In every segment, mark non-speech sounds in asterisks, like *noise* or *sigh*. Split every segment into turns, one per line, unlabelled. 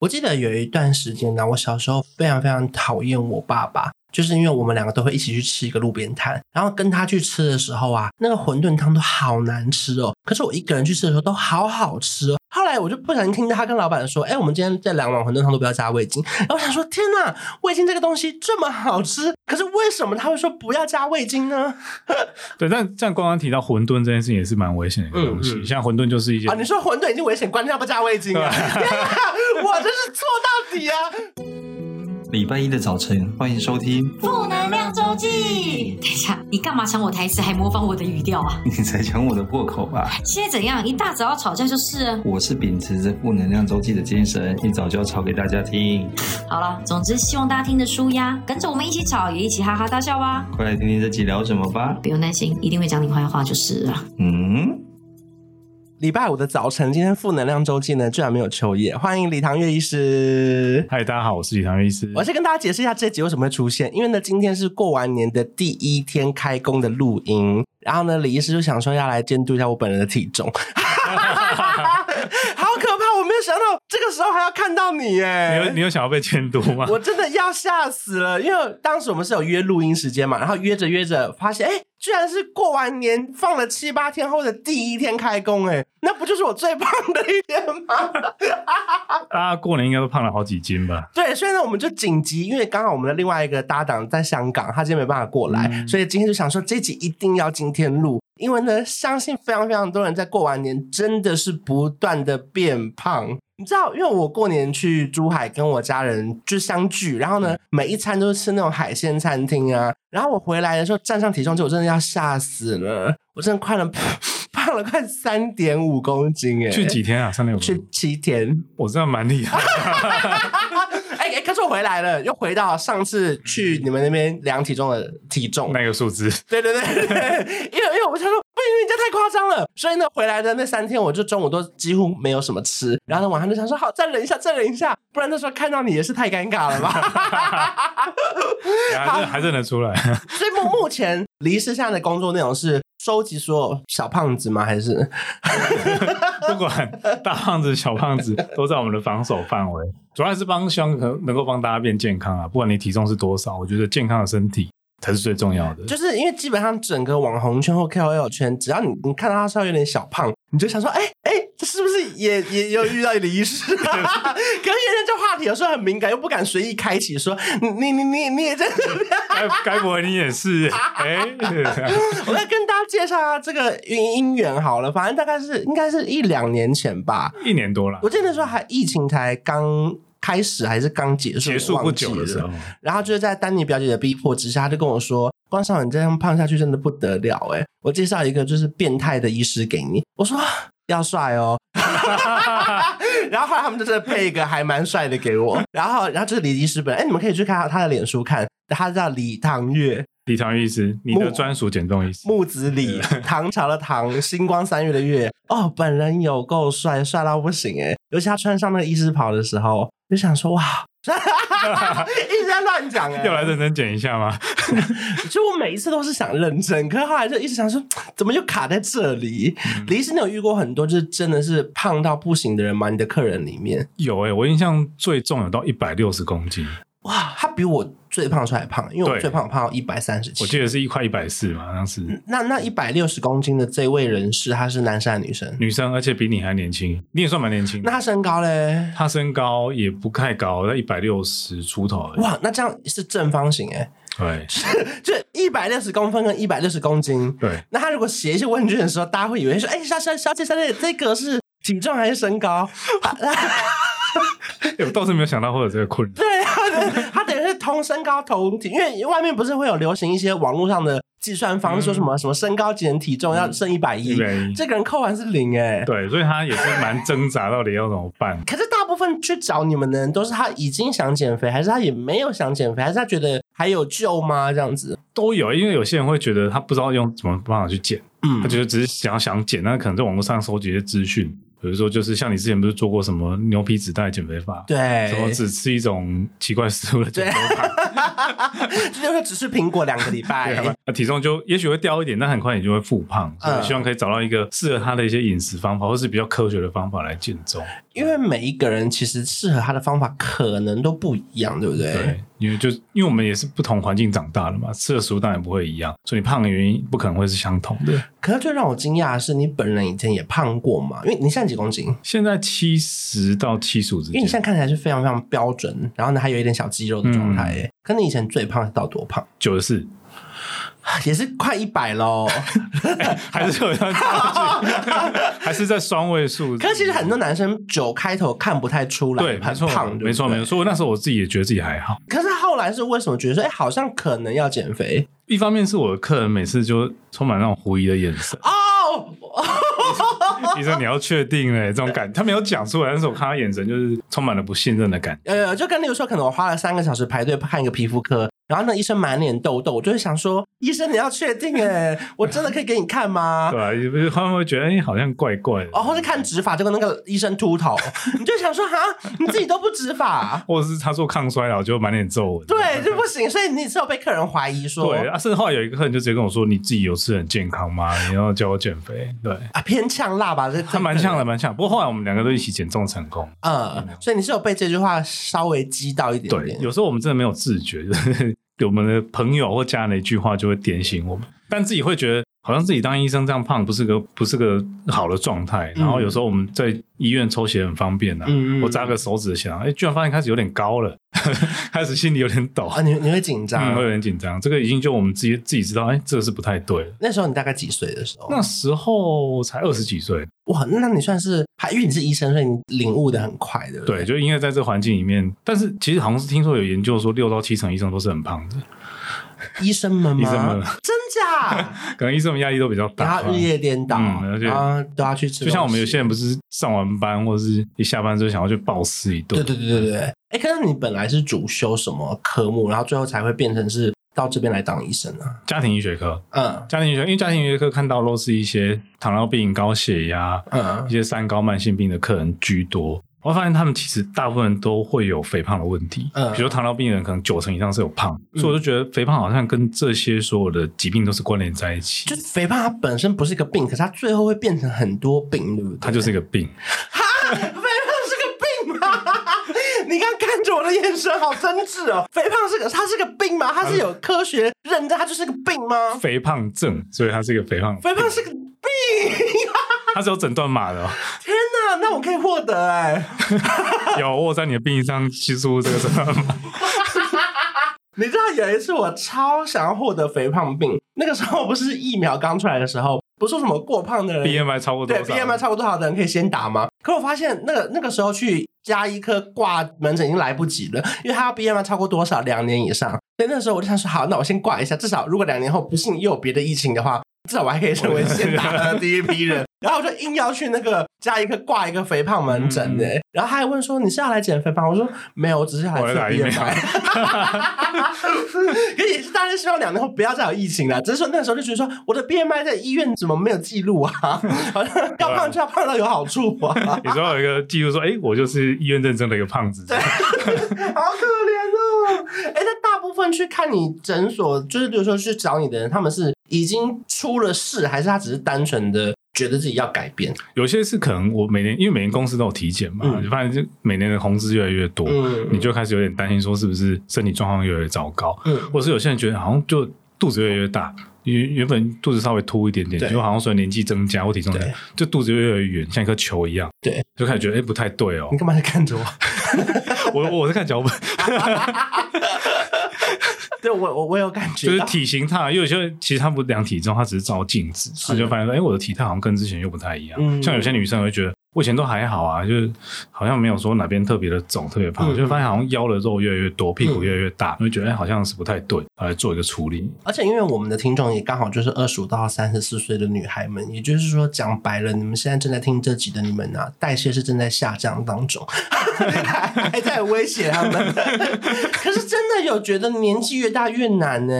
我记得有一段时间呢，我小时候非常非常讨厌我爸爸，就是因为我们两个都会一起去吃一个路边摊，然后跟他去吃的时候啊，那个馄饨汤都好难吃哦，可是我一个人去吃的时候都好好吃哦。后来我就不小心听到他跟老板说：“哎、我们今天这两碗馄饨汤都不要加味精。”然后我想说：“天哪，味精这个东西这么好吃，可是为什么他会说不要加味精呢？”
对，但像刚刚提到馄饨这件事情也是蛮危险的一个东西，
嗯嗯
像馄饨就是一些
啊，你说馄饨已经危险，关键要不加味精啊！ *laughs* 天哪，我真是错到底啊！
礼拜一的早晨，欢迎收听。
负能量周记。等一下，你干嘛抢我台词，还模仿我的语调啊？
你才抢我的破口吧！
现在怎样？一大早要吵架就是了。
我是秉持着负能量周记的精神，一早就要吵给大家听。
好了，总之希望大家听得舒压，跟着我们一起吵，也一起哈哈大笑吧。
快来听听这集聊什么吧。
不用担心，一定会讲你坏话就是了。
嗯，
礼拜五的早晨，今天负能量周记呢，居然没有秋叶，欢迎李唐月医师。
嗨，大家好，我是李唐医师。
我先跟大家解释一下这集为什么会出现，因为呢，今天是过完年的第一天开工的录音，然后呢，李医师就想说要来监督一下我本人的体重， *laughs* 好可怕！我没有想到这个时候还要看到你耶，
你有你有想要被监督吗？
我真的要吓死了，因为当时我们是有约录音时间嘛，然后约着约着发现，哎、居然是过完年放了七八天后的第一天开工、哎，那不就是我最胖的一天吗？
大家过年应该都胖了好几斤吧？
对，所以呢，我们就紧急，因为刚好我们的另外一个搭档在香港，他今天没办法过来，
嗯
所以今天就想说这集一定要今天录，因为呢，相信非常非常多人在过完年真的是不断的变胖。你知道，因为我过年去珠海跟我家人就相聚，然后
嗯
呢，每一餐都是吃那种海鲜餐厅啊。然后我回来的时候站上体重机，我真的要吓死了，我真的快了 *laughs* 胖了快三点五公斤哎、
去几天啊？三六五，
去七天，
我真的蛮厉害的。
*laughs* 哎、哎，可是我回来了，又回到上次去你们那边量体重的体重。
那个
*laughs*
数字，
对对对，对对因为因为我想说，不行，你这太夸张了。所以呢，回来的那三天，我就中午都几乎没有什么吃，然后呢晚上就想说，好，再忍一下，再忍一下，不然那时候看到你也是太尴尬了吧。
还是还认得出来。 *laughs*
所以目目前离世现在的工作内容是收集所有小胖子吗？还是
不管大胖子、小胖子，都在我们的防守范围。主要是帮希望能能够帮大家变健康啊，不管你体重是多少，我觉得健康的身体才是最重要
*laughs*
的。
就是因为基本上整个网红圈或 KOL 圈，只要你你看到他稍微有点小胖，你就想说，哎、哎、这是不是也也有遇到你的仪式、啊？可是 *laughs* 人家这话题有时候很敏感，又不敢随意开启，说你你你你你也真的。
该该不会你也是？哎、
*laughs*
*laughs*
我来跟大家介绍一下这个姻缘好了，反正大概是应该是一两年前吧，
一年多了
我，记得那时候还疫情才刚开始，还是刚结束，
结束不久
我忘
的
记
时
了
候，
然后就是在丹尼表姐的逼迫之下，她就跟我说：“关少，你这样胖下去真的不得了哎、我介绍一个就是变态的医师给你。”我说：“啊要帅哦。”然后后来他们就真的配一个还蛮帅的给我，然后然后就是李医师本人，哎，你们可以去看他的脸书看，他叫李唐月，
*laughs* 李唐医师，你的专属减重医师，
木子李，唐朝的唐，星光三月的月。哦，本人有够帅，帅到不行哎！尤其他穿上那个医师袍的时候，就想说哇， *laughs* 一直在乱讲哎。
要来认真减一下吗？
就我每一次都是想认真，可是后来就一直想说，怎么就卡在这里？李医师，你有遇过很多就是真的是胖到不行的人吗？你的客人里面，
有哎、我印象最重有到一百六十公斤，
哇，他比我最胖的时候还胖，因为我
对
最胖胖到一百三十
我记
七。
得是一块一百四嘛，当时
那那一百六十公斤的这位人士，他是男生还是女生？
女生，而且比你还年轻，你也算蛮年轻
那
的。
他身高嘞？
她身高也不太高，在一百六十出头而已。
哇，那这样是正方形哎、
对
就一百六十公分跟一百六十公斤。 *laughs*
对，
那他如果写一些问卷的时候，大家会以为说，哎、小小小姐小姐，这个是体重还是身高？
欸我倒是没有想到会有这个困扰。
对啊， *laughs* 他等于是同身高同体，因为外面不是会有流行一些网络上的计算方式，说
嗯
什么、什么身高减体重要剩一百一，
110
这个人扣完是零哎、
嗯对，所以她也是蛮挣扎，到底要怎么办？
可是大部分去找你们的人，都是他已经想减肥，还是他也没有想减肥，还是他觉得还有救吗？这样子，
都有，因为有些人会觉得他不知道用什么办法去减，
嗯
他觉得只是想要想减，那可能在网络上搜集一些资讯，比如说就是像你之前不是做过什么牛皮纸袋减肥法，，
对
什，么只吃一种奇怪食物的减肥法，
就是只是苹果两个礼
*laughs* 对
拜
啊，，那体重就也许会掉一点，但很快你就会复胖，
嗯
所以希望可以找到一个适合他的一些饮食方法，或是比较科学的方法来减重。
因为每一个人其实适合他的方法可能都不一样，对不对？
对，因为就因为我们也是不同环境长大的嘛，吃的食物当然不会一样，所以你胖的原因不可能会是相同的。
可是最让我惊讶的是，你本人以前也胖过嘛？因为你现在几公斤？
现在七十到七十五之
因为你现在
间，
看起来是非常非常标准，然后呢还有一点小肌肉的状态耶。可你以前最胖是到多胖？
九十四
啊也是快一百 *laughs* 喽。
还是有这样
*laughs*
差距，还是在双位数。
可是其实很多男生九开头看不太出来，
对，没
很
错
胖，，对不
没错，
对
没错。。所以我那时候我自己也觉得自己还好。
可是后来是为什么觉得说，哎、好像可能要减肥
一方面是我的客人每次就充满那种狐疑的眼
*laughs*
神，
哦？
医生你要确定欸嘞，这种感他没有讲出来，但是我看他眼神就是充满了不信任的
*laughs*
感觉。
呃，就跟例如说，可能我花了三个小时排队看一个皮肤科，然后那医生满脸痘痘，我就会想说，医生你要确定哎，我真的可以给你看吗？
对啊，也不是他们会觉得哎、好像怪怪的，
哦，或是看植发，就跟那个医生秃头， *laughs* 你就想说哈，你自己都不植发，啊
或者是他说抗衰老就满脸皱纹。
对，就不行，所以你是有被客人怀疑说
对啊，甚至后来有一个客人就直接跟我说：“你自己有吃很健康吗？你要叫我减肥？”对，
啊偏呛辣吧，这
他蛮像的，蛮像。不过后来我们两个都一起减重成功。
呃，所以你是有被这句话稍微激到一点
对
点，，
有时候我们真的没有自觉， *laughs* 就是我们的朋友或家人的一句话就会点醒我们，但自己会觉得好像自己当医生这样胖不是个不是个好的状态。
嗯
然后有时候我们在医院抽血很方便啊，
嗯嗯嗯
我扎个手指的血糖，哎，居然发现开始有点高了， *laughs* 开始心里有点抖
啊，，你你会紧张
嗯，会。有点紧张。这个已经就我们自己自己知道，哎，这个是不太对了。
那时候你大概几岁的时候？
那时候才二十几岁，
哇，那你算是还因为你是医生，所以你领悟的很快，对不
对，
对？
就因为在这环境里面，但是其实好像是听说有研究说，六到七成医生都是很胖的，
医生们吗？
医生们
*laughs* 真假？
*laughs* 可能医生们压力都比较
然
大
后。日夜颠倒，
嗯而且
然后都要去吃东西。
就像我们有些人不是上完班或者是一下班就想要去暴吃一
对
顿，
对对对对。哎，可是你本来是主修什么科目，然后最后才会变成是到这边来当医生呢？
家庭医学科，
嗯
家庭医学，因为家庭医学科看到都是一些糖尿病、高血压、
嗯
一，些三高慢性病的客人居多。我发现他们其实大部分人都会有肥胖的问题，
嗯
比如糖尿病的人可能九成以上是有胖，
嗯
所以我就觉得肥胖好像跟这些所有的疾病都是关联在一起，
就是肥胖它本身不是一个病，可是它最后会变成很多病，对不对？
哦它就是一个病。
哈，肥胖是个病吗？ *laughs* 你刚看着我的眼神好真挚哦。肥胖是个，它是个病吗？它是有科学认证，它就是个病吗？
肥胖症，所以它是一个肥胖，
肥胖是个病，
它是有诊断码的、哦。 *laughs*
天哪，那我可以获得哎、
有我有在你的病历上记出这个诊断码，
你知道有一次我超想要获得肥胖病，那个时候不是疫苗刚出来的时候，不是说什么过胖的人
BMI 超过多
对
少
BMI 超过多少的人可以先打吗？可我发现那个那个时候去加医科挂门诊已经来不及了，因为他要 BMI 超过多少两年以上。所以那时候我就想说，好，那我先挂一下，至少如果两年后不幸又有别的疫情的话，至少我还可以成为先打的第一批
*laughs*
人。然后我就硬要去那个加医科挂一个肥胖门诊呢、然后他还问说你是要来减肥吗？我说没有，我只是要
嗯我来打
来
疫
测
苗
BMI。可 *laughs* 也是，大家希望两年后不要再有疫情了。只是说那时候就觉得说，我的 BMI 在医院怎么没有记录啊？ *laughs* 好像要胖就要胖到有好处 *laughs* 啊，
你知道有一个记录说，哎、我就是医院认证的一个胖子，
好可怜哦。哎，那大部分去看你诊所，就是比如说去找你的人，他们是已经出了事，还是他只是单纯的觉得自己要改变？
有些是可能我每年因为每年公司都有体检嘛，
嗯
你发现就每年的红字越来越多，
嗯，
你就开始有点担心说是不是身体状况越来越糟糕，
嗯
或是有些人觉得好像就肚子越来越大。原原本肚子稍微凸一点点，
对
就好像随着年纪增加或体重增加
对，
就肚子越来越圆，像一颗球一样。
对，
就开始觉得哎、不太对哦
你，干嘛在看着 *laughs* 我？
我我在看脚本，
对我我我有感觉
就
到，
是体型差，因为有些人其实他不量体重，他只是照镜子，
是
他就发现说，哎、我的体态好像跟之前又不太一样。
嗯
像有些女生会觉得，我以前都还好啊，就是好像没有说哪边特别的肿、特别胖，
嗯
就发现好像腰的肉越来越多，屁股越来越大，就会觉得、哎好像是不太对，来做一个处理。
而且因为我们的听众也刚好就是二十五到三十四岁的女孩们，也就是说讲白了，你们现在正在听这集的你们啊，代谢是正在下降当中， *laughs* 还还在威胁他们。可是真的有觉得年纪越大越难呢、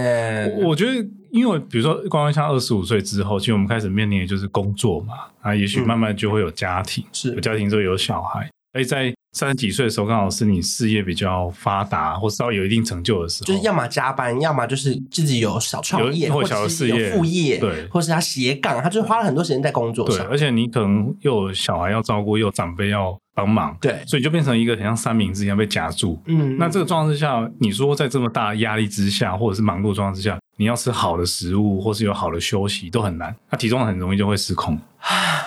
我我觉得因为比如说光光像二十五岁之后，其实我们开始面临的就是工作嘛，啊，也许慢慢就会有家庭，
是
有家庭之后有小孩，而且在三十几岁的时候，刚好是你事业比较发达或稍微有一定成就的时候，
就是要么加班，要么就是自己有小创业，
有
或
或
者
小的
是
事
有
业
副业，
对
或是他斜杠，他就是花了很多嗯时间在工作
对，
上。
而且你可能又有小孩要照顾，又有长辈要帮忙，
对，
所以就变成一个很像三明治一样被夹住。
嗯，
那这
个
个状况之下，你说在这么大的压力之下，或者是忙碌的状况之下，你要吃好的食物，或是有好的休息，都很难。那体重很容易就会失控。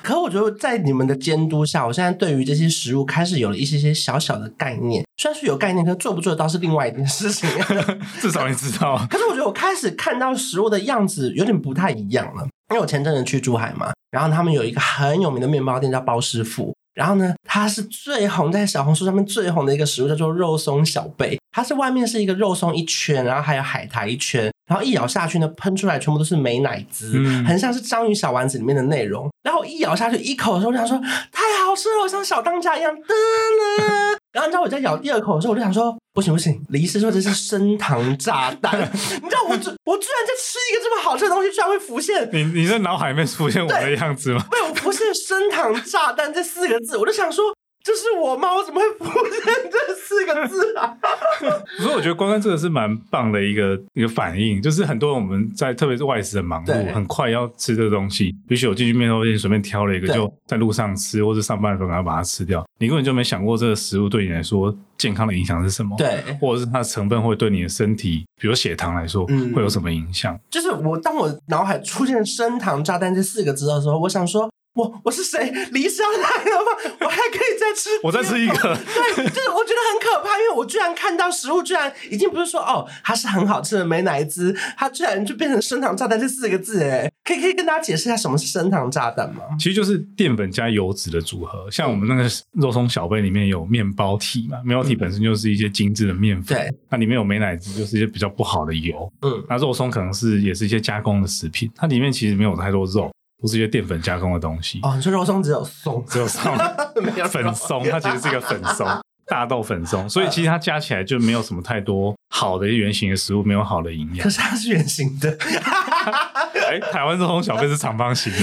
可我觉得在你们的监督下，我现在对于这些食物开始有了一些些小小的概念，虽然是有概念，可是做不做得到是另外一件事情。 *laughs*
至少你知道，
可是我觉得我开始看到食物的样子有点不太一样了，因为我前阵子去珠海嘛，然后他们有一个很有名的面包店叫包师傅。然后呢，它是最红在小红书上面最红的一个食物，叫做肉松小贝。它是外面是一个肉松一圈，然后还有海苔一圈，然后一咬下去呢，喷出来全部都是美乃滋，
嗯
很像是章鱼小丸子里面的内容。然后我一咬下去一口的时候，我想说太好吃了，我像小当家一样。噔噔然后你知道我在咬第二口的时候，我就想说不行不行，李医师说这是升糖炸弹。 *laughs* 你知道我居我居然在吃一个这么好吃的东西，居然会浮现
你你在脑海里面出现我的样子吗？
被我浮现“升糖炸弹”这四个字，我就想说。这是我吗？我怎么会浮现这四个字啊？ *laughs*
*laughs* 所以我觉得关关这个是蛮棒的一个一个反应，就是很多我们在特别是外食很忙
对
碌，很快要吃这个东西，也许我进去面包店随便挑了一个，
对
就在路上吃，或者上班的时候赶快把它吃掉，你根本就没想过这个食物对你来说健康的影响是什么，，
对，
或者是它的成分会对你的身体，比如血糖来说、
嗯
会有什么影响？
就是我当我脑海出现“升糖炸弹”这四个字的时候，我想说，我我是谁？离乡来了吗？我还可以再吃
我再吃一个，
对，就是我觉得很可怕，因为我居然看到食物，居然已经不是说哦，它是很好吃的美乃滋，它居然就变成升糖炸弹这四个字，哎，可以可以跟大家解释一下什么是升糖炸弹吗？
其实就是淀粉加油脂的组合。像我们那个肉松小贝里面有面包体嘛，面包体本身就是一些精致的面粉，
对，
那里面有美乃滋，就是一些比较不好的油。
嗯，
那肉松可能是也是一些加工的食品，它里面其实没有太多肉，都是一些淀粉加工的东西，
哦，你说肉松只有松，
只有上
*laughs* 没有
粉
*laughs*
松，它其实是一个粉松。大豆粉
嗯
松，所以其实它加起来就没有什么太多好的圆形的食物，没有好的营养
可。是它是圆形的，
哎、台湾肉松小贝是长方形的，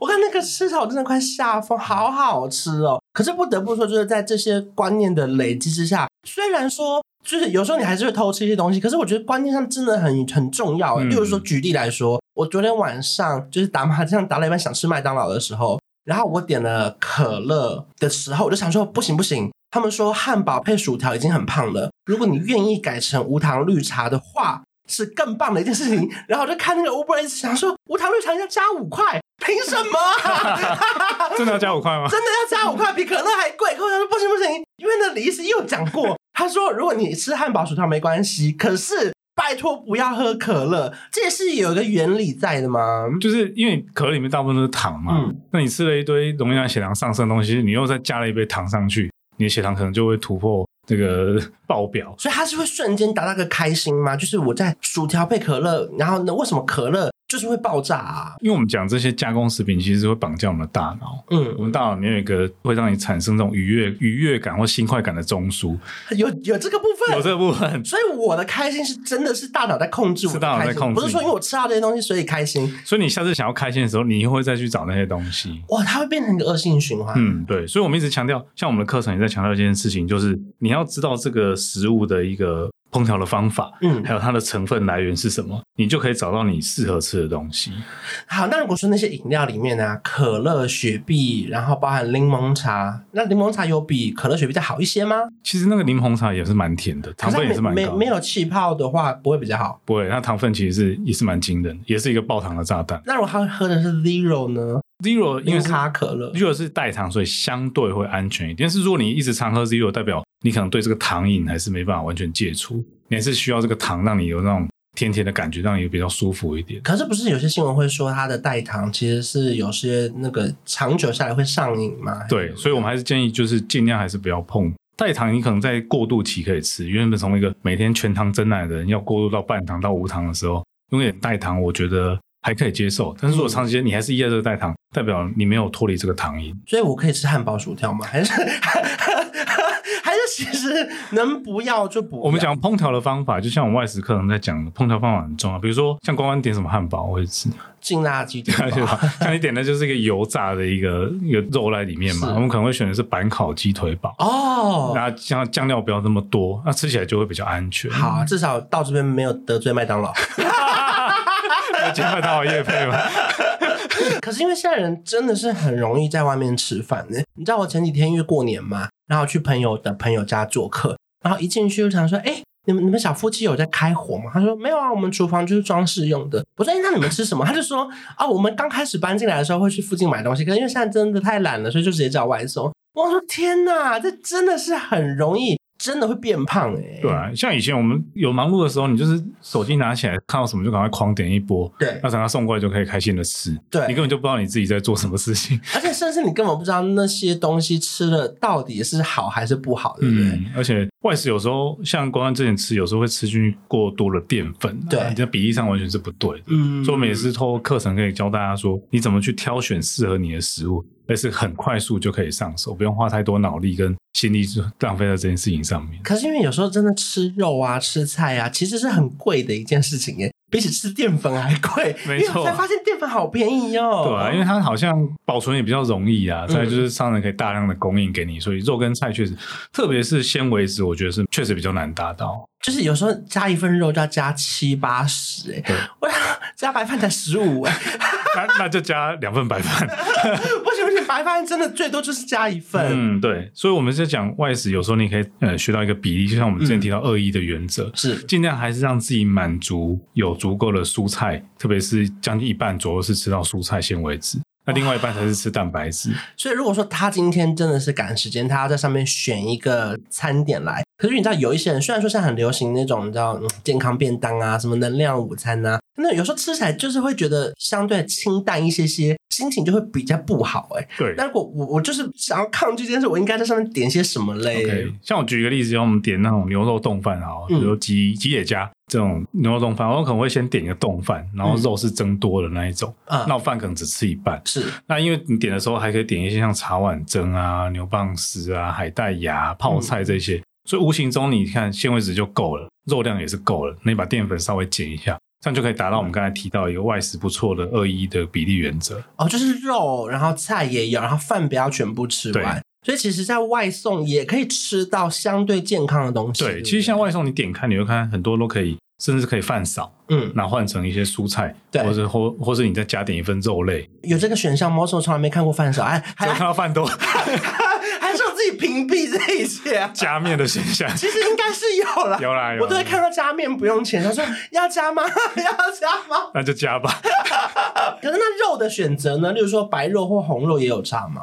我看那个吃起来我真的快吓疯，好好吃哦。可是不得不说，就是在这些观念的累积之下，虽然说就是有时候你还是会偷吃一些东西，可是我觉得观念上真的很很重要。
嗯
例如说，举例来说，我昨天晚上就是打麻将打了一半想吃麦当劳的时候，然后我点了可乐的时候，我就想说不行不行。他们说汉堡配薯条已经很胖了，如果你愿意改成无糖绿茶的话，是更棒的一件事情。然后我就看那个 Uber Eats，想说无糖绿茶要加五块，凭什么啊、
*laughs* 真的要加五块吗？
真的要加五块，比可乐还贵。可我想说不行不行，因为那李医师又讲过，他说如果你吃汉堡薯条没关系，可是拜托不要喝可乐，这是有一个原理在的吗？
就是因为可乐里面大部分都是糖嘛，
嗯
那你吃了一堆容易让血糖上升的东西，你又再加了一杯糖上去，你的血糖可能就会突破这个爆表。
所以他是会瞬间达到个开心吗？就是我在薯条配可乐，然后呢，为什么可乐就是会爆炸啊？
因为我们讲这些加工食品，其实是会绑架我们的大脑。我
嗯，
们大脑里面有一个会让你产生这种愉悦、愉悦感或新快感的中枢，
有有这个部分，
有这部分。
所以我的开心是真的是大脑在控制我的
是大脑在
开心
控
不
制
是说因为我吃到这些东西所以开心。
*laughs* 所以你下次想要开心的时候，你又会再去找那些东西。
哇，它会变成一个恶性循环。
嗯，对，所以我们一直强调，像我们的课程也在强调一件事情，就是你要知道这个食物的一个烹调的方法，
嗯，
还有它的成分来源是什么，你就可以找到你适合吃的东西。
好，那如果说那些饮料里面啊，可乐、雪碧，然后包含柠檬茶，那柠檬茶有比可乐、雪碧再好一些吗？
其实那个柠檬茶也是蛮甜的，糖分也是蛮
可它
高
没没没
的。
有气泡的话，不会比较好。
不会，那糖分其实是也是蛮惊人，也是一个爆糖的炸弹。
那如果他喝的是 Zero 呢？
Zero 因
零
为是
卡可乐，
Zero 是代糖，所以相对会安全一点。但是如果你一直常喝 Zero，代表你可能对这个糖瘾还是没办法完全戒除，你还是需要这个糖让你有那种甜甜的感觉，让你比较舒服一点。
可是不是有些新闻会说它的代糖其实是有些那个长久下来会上瘾吗？
对，所以我们还是建议就是尽量还是不要碰代糖，你可能在过渡期可以吃，原本从一个每天全糖真奶的人要过渡到半糖到无糖的时候，用一点代糖，我觉得还可以接受。但是
嗯
如果长时间你还是依赖这个代糖，代表你没有脱离这个糖瘾。
*laughs* 所以我可以吃汉堡、薯条吗？还是还是其实能不要就不要。
我们讲烹调的方法，就像我们外食课程在讲的，烹调方法很重要。比如说，像关关点什么汉堡，我也吃，
进垃圾
*laughs* 而且
点吧，
像你点的就是一个油炸的一个一个肉在里面嘛，
是
我们可能会选的是板烤鸡腿堡，
哦，
那酱酱料不要那么多，那吃起来就会比较安全。
好，至少到这边没有得罪麦当劳。
*laughs* 我觉得他好夜配
*laughs*
嘛，
可是因为现在人真的是很容易在外面吃饭呢。你知道我前几天因为过年嘛，然后去朋友的朋友家做客，然后一进去就想说，哎、你们你们小夫妻有在开火吗？他说没有啊，我们厨房就是装饰用的。我说哎，那你们吃什么？他就说啊，我们刚开始搬进来的时候会去附近买东西，可是因为现在真的太懒了，所以就直接叫外送。我说天哪，这真的是很容易，真的会变胖哎、
对啊，像以前我们有忙碌的时候，你就是手机拿起来看到什么就赶快狂点一波，
对
那等它送过来就可以开心的吃，
对，
你根本就不知道你自己在做什么事情，
而且甚至你根本不知道那些东西吃了到底是好还是不好，对不对？
嗯，而且外食有时候像关关之前吃，有时候会吃进过多的淀粉、啊，
对
你在比例上完全是不对的。
嗯
所以我们也是透过课程可以教大家说，你怎么去挑选适合你的食物，而是很快速就可以上手，不用花太多脑力跟心力就浪费在这件事情上面。
可是因为有时候真的吃肉啊、吃菜啊，其实是很贵的一件事情耶，比起吃淀粉还贵。
没错
因为我才发现淀粉好便宜哦。
对啊，因为它好像保存也比较容易啊，再来就是商人可以大量的供应给你，所以肉跟菜确实，特别是纤维质，我觉得是确实比较难达到。
就是有时候加一份肉就要加七八十哎
对，
我想加白饭才十五 *laughs* 哎，
那那就加两份白饭。
不行不行，白饭真的最多就是加一份。
嗯，对，所以我们在讲外食，有时候你可以呃学到一个比例，就像我们之前提到二一的原则，
是
尽量还是让自己满足有足够的蔬菜，特别是将近一半左右是吃到蔬菜纤维质，那另外一半才是吃蛋白质。
所以如果说他今天真的是赶时间，他要在上面选一个餐点来，可是你知道有一些人虽然说现在很流行那种你知道、嗯、健康便当啊，什么能量午餐啊，那有时候吃起来就是会觉得相对清淡一些些，心情就会比较不好哎、
对
那如果我我就是想要抗拒这件事，我应该在上面点些什么嘞
，OK，像我举一个例子，像我们点那种牛肉冻饭啊，比
嗯
如吉吉野家这种牛肉冻饭，我可能会先点一个冻饭，然后肉是增多的那一种，
嗯啊
那我饭可能只吃一半。
是
那因为你点的时候还可以点一些像茶碗蒸啊、牛蒡丝啊、海带芽、
嗯
泡菜这些，所以无形中你看纤维质就够了，肉量也是够了，那你把淀粉稍微减一下，这样就可以达到我们刚才提到一个外食不错的二一的比例原则。
哦，就是肉，然后菜也有，然后饭不要全部吃完
对。
所以其实，在外送也可以吃到相对健康的东西。
对，
不
其实像外送你点开，你会看很多都可以，甚至可以饭少，
嗯，
那换成一些蔬菜，
对
或者或或是你再加点一份肉类，
有这个选项，猫手从来没看过饭少，
*laughs*
哎，
就
还
看到饭
*laughs*
都
还是我自己屏蔽这一切、啊。
加面的现
*laughs*
象。
其实应该是有啦，
有啦有啦
我都会看到加面不用钱，他说
*laughs*
要加吗？ *laughs* 要加吗？
那就加吧。
可是那肉的选择呢？例如说白肉或红肉也有差吗？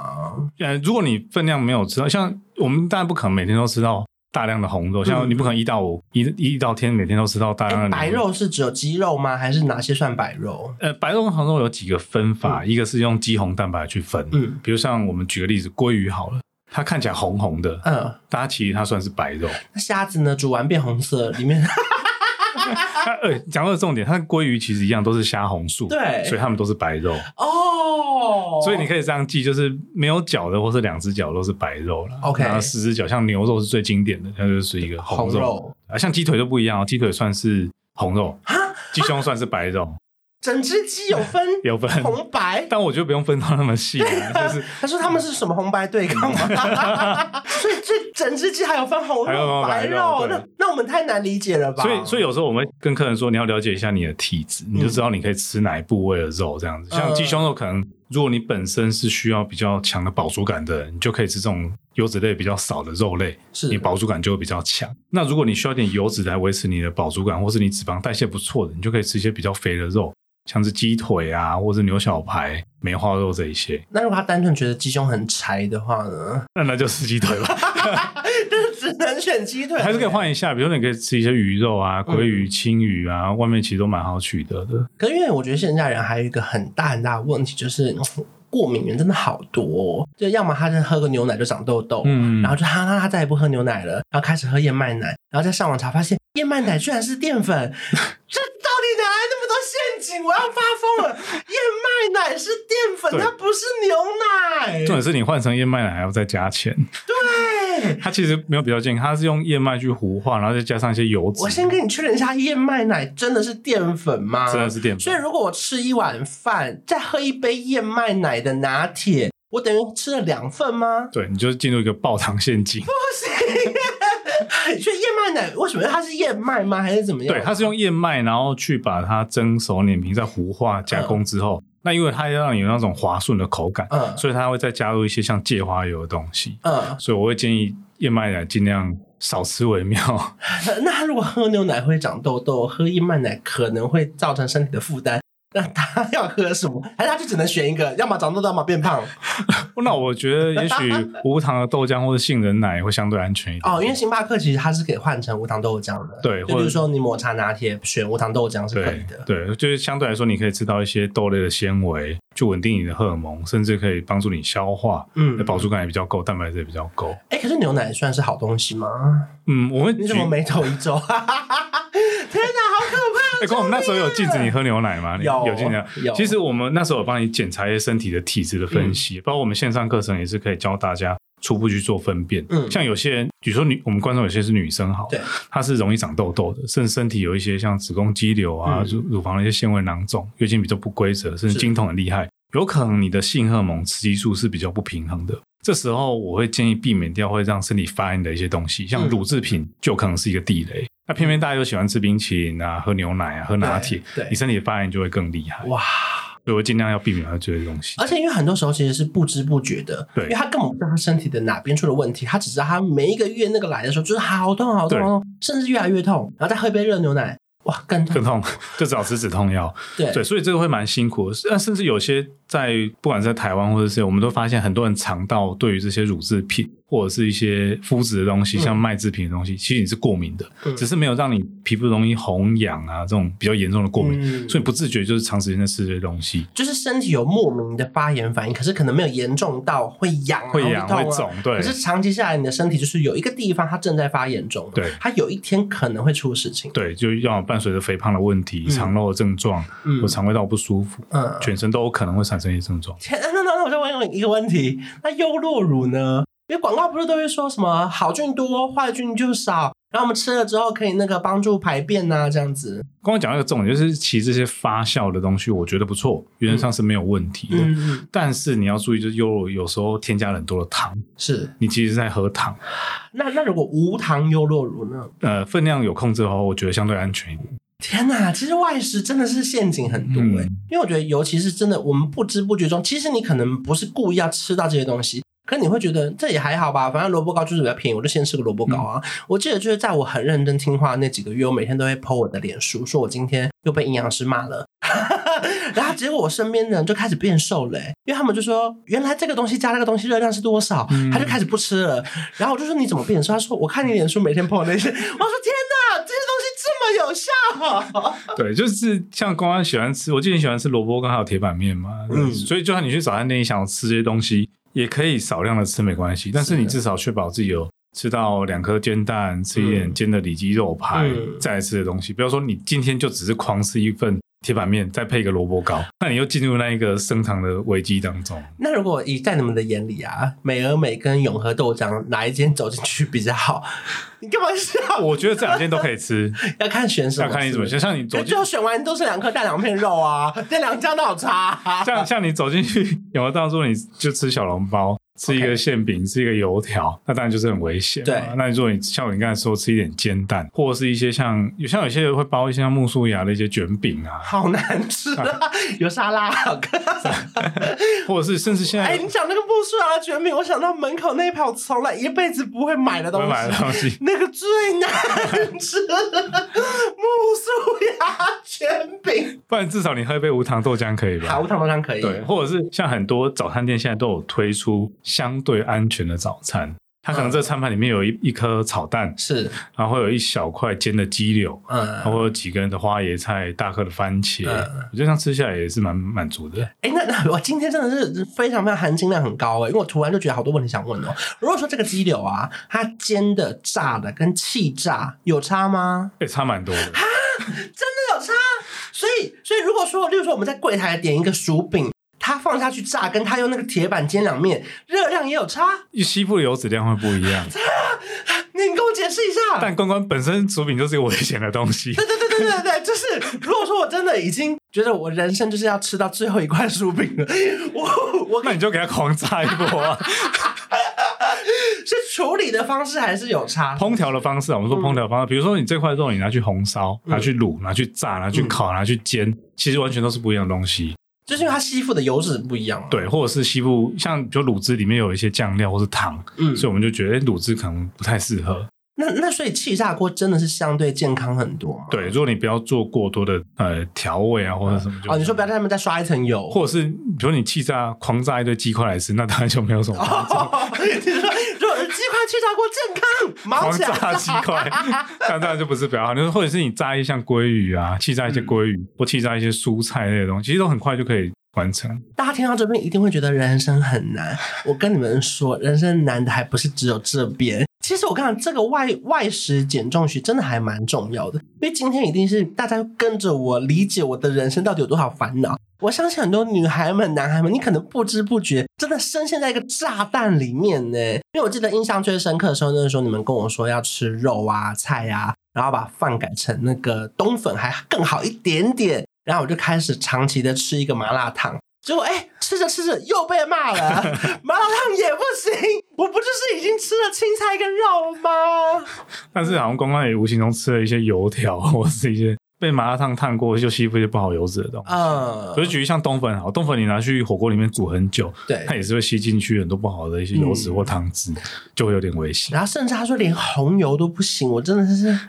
呃，如果你分量没有吃到，像我们当然不可能每天都吃到大量的红肉，像你不可能一到五一一到天每天都吃到大量的
嗯哎白
牛
肉是只有鸡肉吗？还是哪些算白肉？
呃，白肉跟红肉有几个分法，一个是用肌红蛋白去分，
嗯
比如像我们举个例子，鲑鱼好了，它看起来红红的，
嗯，
但它其实它算是白肉。
那虾子呢？煮完变红色，里
*laughs*
面
它呃，讲到重点，它跟鲑鱼其实一样都是虾红素，
对
所以它们都是白肉。
哦，
所以你可以这样记，就是没有脚的或是两只脚都是白肉了。
OK
然后四只脚像牛肉是最经典的，它就是一个
红
红肉
肉
啊，像鸡腿就不一样哦，鸡腿算是红肉，鸡胸算是
*laughs*
白肉，
整只鸡有分
有分
红白。
但我觉得不用分到那么细
*laughs*
啊，就是
他说他们是什么红白对抗
*laughs*
吗？所以这整只鸡还有分红
还有
肉、
分
白
白
肉，啊
肉
那
对
那我们太难理解了吧？
所以，所以有时候我们会跟客人说，你要了解一下你的体质，
嗯
你就知道你可以吃哪一部位的肉这样子。像鸡胸肉，可能如果你本身是需要比较强的饱足感的人，你就可以吃这种油脂类比较少的肉类，
是
你饱足感就会比较强。那如果你需要一点油脂来维持你的饱足感，或是你脂肪代谢不错的，你就可以吃一些比较肥的肉，像是鸡腿啊，或是牛小排、梅花肉这一些。
那如果他单纯觉得鸡胸很柴的话呢？ *laughs*
那那就吃鸡腿吧，
就只能选鸡腿，
还是可以。换一下，比如说你可以吃一些鱼肉啊、
嗯
鲑鱼、青鱼啊，外面其实都蛮好取得的。
可是因为我觉得现在人还有一个很大很大的问题，就是嗯过敏源真的好多、哦，就要么他是喝个牛奶就长痘痘，
嗯
然后就哈哈，他再也不喝牛奶 *laughs* 了，然后开始喝燕麦奶，然后再上网查发现燕麦奶居然是淀粉，这到底哪来那么多陷阱？我要发疯了！燕麦奶是淀粉，
对
它不是牛奶。
重点是你换成燕麦奶还要再加钱，
对，
它其实没有比较健康，它是用燕麦去糊化，然后再加上一些油脂，
我先跟你确认一下，燕麦奶真的是淀粉吗？
真的是淀
所以
粉。
如果我吃一碗饭，再喝一杯燕麦奶的拿铁，我等于吃了两份吗？ *laughs*
对，你就是进入一个爆糖陷阱。
所以燕麦奶为什么它是燕麦吗？还是怎么样？
对，它是用燕麦，然后去把它蒸熟碾平，再糊化加工之后，那因为它要让你有那种滑顺的口感，
嗯
所以它会再加入一些像芥花油的东西。
嗯，
所以我会建议燕麦奶尽量少吃为妙。 *laughs*
*laughs* 那他如果喝牛奶会长痘痘，喝燕麦奶可能会造成身体的负担。那他要喝什么？还是他就只能选一个，要么长痘痘，要么变胖？
那我觉得也许无糖的豆浆或者杏仁奶会相对安全一点。
*laughs* 哦，因为星巴克其实它是可以换成无糖豆浆的。
对
就
或
比
者
如说你抹茶拿铁选无糖豆浆是可以
对
的。
对，就是相对来说，你可以吃到一些豆类的纤维，去稳定你的荷尔蒙，甚至可以帮助你消化，
嗯
饱足感也比较够，蛋白质也比较够。
哎、可是牛奶算是好东西吗？
嗯，我会
你
举
怎么眉头一啊皱？天哪，好可怕！
哎、欸，我们那时候有禁止你喝牛奶吗？你
有
有禁止
有。
其实我们那时候有帮你检查一些身体的体质的分析，
嗯
包括我们线上课程也是可以教大家初步去做分辨。
嗯
像有些人，比如说女，我们观众有些是女生好，
对，
她是容易长痘痘的，甚至身体有一些像子宫肌瘤啊、
嗯
乳乳房的一些纤维囊肿、月经比较不规则，甚至
是
经痛很厉害，有可能你的性荷尔蒙雌激素是比较不平衡的。这时候我会建议避免掉会让身体发炎的一些东西，像
嗯
乳制品就可能是一个地雷。那偏偏大家又喜欢吃冰淇淋啊、喝牛奶啊、喝拿铁，
对对
你身体的发炎就会更厉害。
*laughs* 哇！
所以我尽量要避免喝这些东西。
*laughs* 而且因为很多时候其实是不知不觉的，
对
因为他根本不知道他身体的哪边出了问题，他只知道他每一个月那个来的时候就是好痛好痛
对
好痛，甚至越来越痛，然后再喝一杯热牛奶，哇，更痛
更痛， *laughs* 就只好吃止痛药。
对
对，所以这个会蛮辛苦的。那甚至有些在不管是在台湾或者是我们都发现，很多人肠道对于这些乳制品或者是一些麸质的东西，
嗯
像麦制品的东西，其实你是过敏的，
嗯
只是没有让你皮肤容易红痒啊这种比较严重的过敏，
嗯
所以不自觉就是长时间在吃这些东西，
就是身体有莫名的发炎反应，可是可能没有严重到会痒、
会痒、
然后
会
痛啊。
肿，对
可。是长期下来，你的身体就是有一个地方它正在发炎中，
对
它有一天可能会出事情。
对，就要伴随着肥胖的问题、
嗯
肠漏的症状、
嗯
或肠胃道不舒服，
嗯，
全身都有可能会产生一些症状。
天，啊那那那我再问一个问题，那优酪乳呢？因为广告不是都会说什么好菌多，坏菌就少，然后我们吃了之后可以那个帮助排便呐、这样子。
刚刚讲到一个重点，就是其实这些发酵的东西，我觉得不错，原则上是没有问题的。
嗯，
但是你要注意，就是优酪有时候添加了很多的糖，
是。
你其实是在喝糖，
那那如果无糖优酪乳呢？
呃，分量有控制的话，我觉得相对安全一点。
天呐，其实外食真的是陷阱很多哎、
嗯
因为我觉得，尤其是真的，我们不知不觉中，其实你可能不是故意要吃到这些东西，可你会觉得这也还好吧，反正萝卜糕就是比较便宜，我就先吃个萝卜糕啊。我记得就是在我很认真听话的那几个月，我每天都会 PO 我的脸书，说我今天又被营养师骂了。 *laughs* 然后结果我身边的人就开始变瘦了、欸，因为他们就说原来这个东西加那个东西热量是多少，他就开始不吃了。然后我就说你怎么变瘦？他说我看你脸书每天 PO 那些，我说天哪，这些东西这么有效、
对，就是像刚刚喜欢吃，我记得你喜欢吃萝卜糕还有铁板面嘛，
嗯
所以就算你去早餐店，你想要吃这些东西，也可以少量的吃没关系，但是你至少确保自己有。吃到两颗煎蛋，吃一点
嗯
煎的里脊肉排，
嗯
再来吃的东西。不要说你今天就只是狂吃一份铁板面，再配一个萝卜糕，那你又进入那一个升糖的危机当中。
那如果以在你们的眼里啊，美而美跟永和豆浆哪一间走进去比较好？ *laughs* 你干嘛
*laughs*
笑？
我觉得这两件都可以
*laughs*
吃，
要看选什么，
要看你怎么
是不
选。
是。
像你走
可
进
最后选完都是两颗蛋两片肉啊，这两家都好差、 *laughs*
*laughs*
啊。
像像你走进去，有的到时候你就吃小笼包，吃一个
OK
馅饼，吃一个油条，那当然就是很危险嘛。
对
那如果你像你刚才说吃一点煎蛋，或者是一些像有像有些人会包一些像木薯芽的一些卷饼啊，
好难吃
*laughs*
啊！有沙拉好看。
或者是甚至现在
哎，你讲那个木薯芽卷饼，我想到门口那一排我从来一辈子不会买的东
我
西，
买的东西。
那个最难吃，
*laughs*
木薯芽卷饼。
不然至少你喝一杯无糖豆浆可以
好，
吧
无？糖豆浆可以。
对，或者是像很多早餐店现在都有推出相对安全的早餐，它
嗯
可能这餐盘里面有一一颗炒蛋，
是，
然后会有一小块煎的鸡柳，
嗯
然，后有几根的花椰菜，大颗的番茄，
嗯
我觉得这样吃下来也是蛮满足的。
哎、那那我今天真的是非常非常含金量很高哎、因为我突然就觉得好多问题想问哦、如果说这个鸡柳啊，它煎的、炸的跟气炸有差吗？
哎、差蛮多的。
真的有差？所以，所以如果说，例如说我们在柜台点一个薯饼，它放下去炸，跟它用那个铁板煎两面，热量也有差。
吸附的油脂量会不一
*laughs*
样。
你跟我解释一下。
但关关本身薯饼就是一个危险的东
*laughs*
西，
对对对对对对，就是 *laughs* 如果说我真的已经觉得我人生就是要吃到最后一块薯饼了，我我
那你就给它狂炸一波、
*laughs*
啊。
是处理的方式还是有差。
烹调的方式啊，我们说烹调的方式，比如说你这块肉你拿去红烧、
嗯
拿去卤、拿去炸、拿去烤、拿去煎，其实完全都是不一样的东西。
就是因为它吸附的油脂不一样嘛。，啊
对，或者是西部像就卤汁里面有一些酱料或是糖，
嗯，
所以我们就觉得诶哎卤汁可能不太适合。
那那所以气炸锅真的是相对健康很多嘛？
对，如果你不要做过多的呃调味啊或者什么就，
哦，你说不要在上面再刷一层油，
或者是比如你气炸狂炸一堆鸡块来吃，那当然就没有什么帮助。
哦， *laughs* 你说如果鸡块气炸锅健康，毛
狂
起来
炸鸡块， *laughs* 那当然就不是比较好。就是或者是你炸一像鲑鱼啊，气炸一些鲑
嗯
鱼，或气炸一些蔬菜类的东西，其实都很快就可以完成。
大家听到这边一定会觉得人生很难。我跟你们说，人生难的还不是只有这边。其实我看这个外外食减重学真的还蛮重要的，因为今天一定是大家跟着我理解我的人生到底有多少烦恼。我相信很多女孩们、男孩们，你可能不知不觉真的深陷在一个炸弹里面呢。因为我记得印象最深刻的时候，那时候你们跟我说要吃肉啊、菜啊，然后把饭改成那个冬粉还更好一点点，然后我就开始长期的吃一个麻辣烫。结果哎、吃着吃着又被骂
*laughs*
了，麻辣烫也不行，我不就是已经吃了青菜跟肉吗？
但是好像光光也无形中吃了一些油条， *laughs* 或是一些被麻辣烫烫过就吸附一些不好油脂的东西。
嗯，
可是，举例像冬粉好，冬粉你拿去火锅里面煮很久，
对
它。也是会吸进去很多不好的一些油脂或汤汁，就会有点危险。
然后甚至他说连红油都不行，我真的是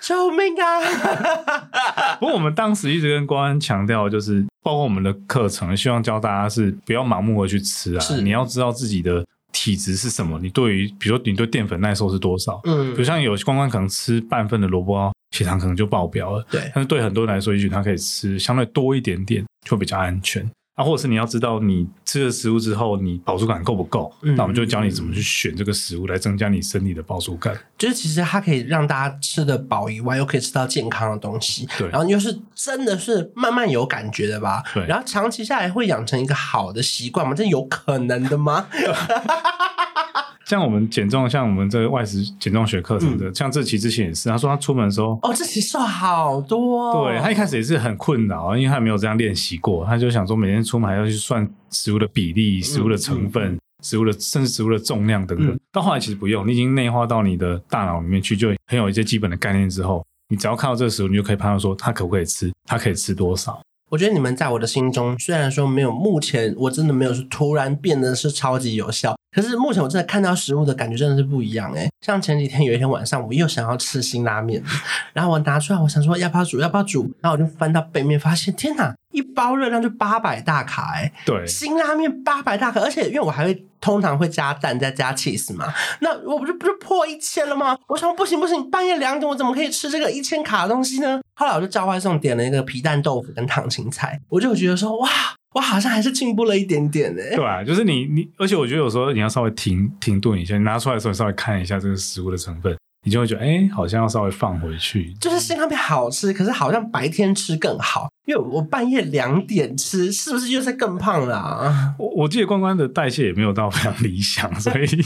救命啊！
*laughs* 不过我们当时一直跟关安强调，就是包括我们的课程，希望教大家是不要盲目的去吃啊
是，
你要知道自己的体质是什么，你对于比如说你对淀粉耐受是多少，
嗯
比如，像有关关可能吃半份的萝卜糕，血糖可能就爆表了。
对，
但是对很多人来说，也许他可以吃相对多一点点，就比较安全。啊，或者是你要知道你吃了食物之后，你饱足感够不够？
嗯
那我们就教你怎么去选这个食物来增加你身体的饱足感。
就是其实它可以让大家吃得饱以外，又可以吃到健康的东西，
对
然后又是真的是慢慢有感觉的吧？
对
然后长期下来会养成一个好的习惯吗？这有可能的吗？
像我们减重，像我们这个外食减重学课程的，像志奇之前也是，他说他出门的时候，
哦，这其实瘦好多、哦，
对他一开始也是很困扰，因为他没有这样练习过，他就想说每天出门还要去算食物的比例、食物的成分、食物的甚至食物的重量等等。
嗯
到后来其实不用，你已经内化到你的大脑里面去，就很有一些基本的概念之后。你只要看到这个食物，你就可以判断说它可不可以吃，它可以吃多少。
我觉得你们在我的心中，虽然说没有，目前我真的没有是突然变得是超级有效，可是目前我真的看到食物的感觉真的是不一样诶、欸像前几天有一天晚上，我又想要吃辛拉面，然后我拿出来，我想说要不要煮，要不要煮，然后我就翻到背面，发现天哪，一包热量就八百大卡欸诶、
对，
辛拉面八百大卡，而且因为我还会通常会加蛋再加 cheese 嘛，那我不是不是破一千了吗？我想不行不行，半夜两点我怎么可以吃这个一千卡的东西呢？后来我就叫外送点了一个皮蛋豆腐跟烫青菜，我就觉得说哇，我好像还是进步了一点点欸呢、
*laughs* 对啊，就是你你，而且我觉得有时候你要稍微停停顿一下，你拿出来的时候你稍微看一下这个食物的成分，你就会觉得哎、诶好像要稍微放回去。
就是辛拉面好吃，可是好像白天吃更好，因为我半夜两点吃，是不是又在更胖了、啊？
我我记得关关的代谢也没有到非常理想，所以 *laughs*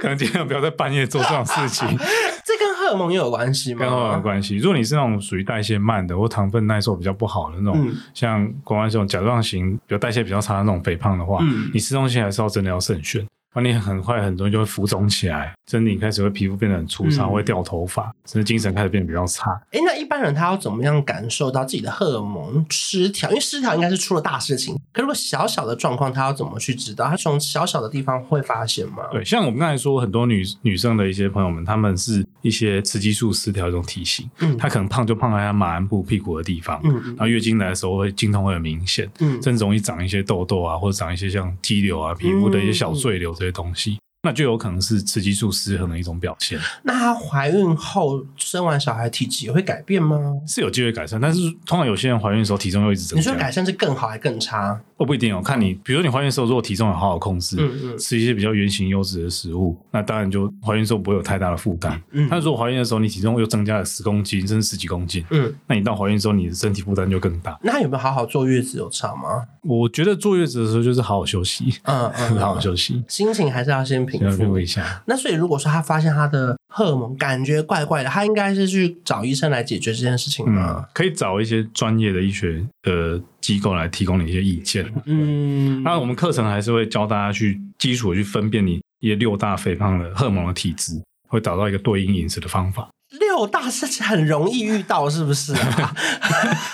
可能尽量不要在半夜做这种事情，
这跟荷尔蒙也有关系吗？
跟我有关系。如果你是那种属于代谢慢的或糖分耐受比较不好的那种，
嗯
像关关这种甲状型比较代谢比较差的那种肥胖的话，
嗯
你吃东西还是要真的要慎选。那你很快很多人就会浮肿起来，真的你开始会皮肤变得很粗糙，
嗯
会掉头发，甚至精神开始变得比较差。
哎，那一般人他要怎么样感受到自己的荷尔蒙失调？因为失调应该是出了大事情，可如果小小的状况，他要怎么去知道？他从小小的地方会发现吗？
对，像我们刚才说，很多女女生的一些朋友们，她们是一些雌激素失调的一种体型，
嗯
她可能胖就胖在她马鞍部、屁股的地方，
嗯
然后月经来的时候会经痛会很明显，
嗯
甚至容易长一些痘痘啊，或者长一些像肌瘤啊、皮肤的一些
嗯
小
嗯
赘瘤这些东西。那就有可能是雌激素失衡的一种表现，
那她怀孕后生完小孩体质也会改变吗？
是有机会改善。但是通常有些人怀孕的时候体重又一直增
你
加
说，改善是更好还更差？
哦不一定哦，看你，比如说你怀孕的时候如果体重有好好控制，
嗯
吃一些比较原型优质的食物，那当然就怀孕的时候不会有太大的负担。
嗯
那
嗯
如果怀孕的时候你体重又增加了十公斤甚至十几公斤，
嗯。
那你到怀孕之后你的身体负担就更大。
那她有没有好好坐月子有差吗？
我觉得坐月子的时候就是好好休息，
嗯嗯，
*laughs* 好好休息，
心情还是要先平
要
复
复一下。
那所以，如果说她发现她的荷尔蒙感觉怪怪的，她应该是去找医生来解决这件事情
嗯
吗？，
可以找一些专业的医学的机构来提供你一些意见。
嗯，
那我们课程还是会教大家去基础地去分辨你一些六大肥胖的荷尔蒙的体质，会找到一个对应饮食的方法。
六大是很容易遇到，是不是
*laughs*
啊？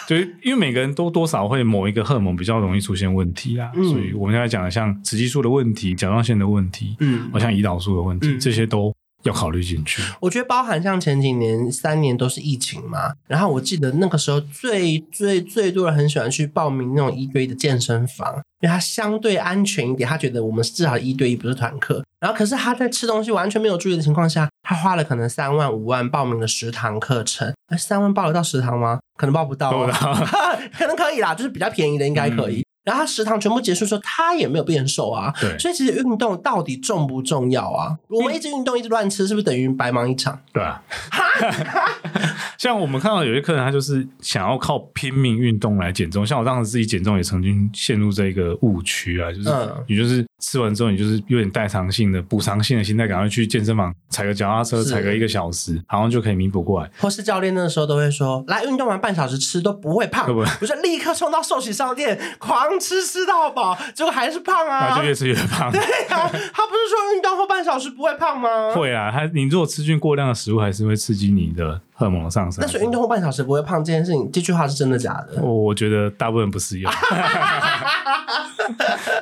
就是因为每个人都多少会某一个荷尔蒙比较容易出现问题啦，
嗯
所以我们现在讲的像雌激素的问题、甲状腺的问题，
嗯
好像胰岛素的问题，
嗯
这些都要考虑进去。
我觉得包含像前几年三年都是疫情嘛，然后我记得那个时候最最最多人很喜欢去报名那种一对一的健身房，因为它相对安全一点，他觉得我们至少一对一不是团课。然后可是他在吃东西完全没有注意的情况下，他花了可能三万五万报名了十堂课程，那三万报得到十堂吗？可能报不到、
报
哦
不到，
*laughs* 可能可以啦，就是比较便宜的应该可以。然后他食堂全部结束之后，他也没有变瘦啊，
对
所以其实运动到底重不重要啊？我们一直运动一直乱吃，是不是等于白忙一场？
对啊，像我们看到有些客人，他就是想要靠拼命运动来减重。像我当时自己减重，也曾经陷入这个误区啊，就是、
嗯
你就是吃完之后，你就是有点代偿性的、补偿性的心态，赶快去健身房踩个脚踏车，
是
踩个一个小时，好像就可以弥补过来。
或是教练那时候都会说，来运动完半小时吃都不会胖，
对不对
不是立刻冲到寿喜烧店狂吃吃到饱，结果还是胖
那
啊
就。越吃越
*laughs*
胖。
对啊，他不是说运动后半小时不会胖吗？。
会啊，它你如果吃进过量的食物，还是会刺激你的荷尔蒙的上升。
那所以运动后半小时不会胖这件事情，这句话是真的假的？
我我觉得大部分不适用。 *laughs*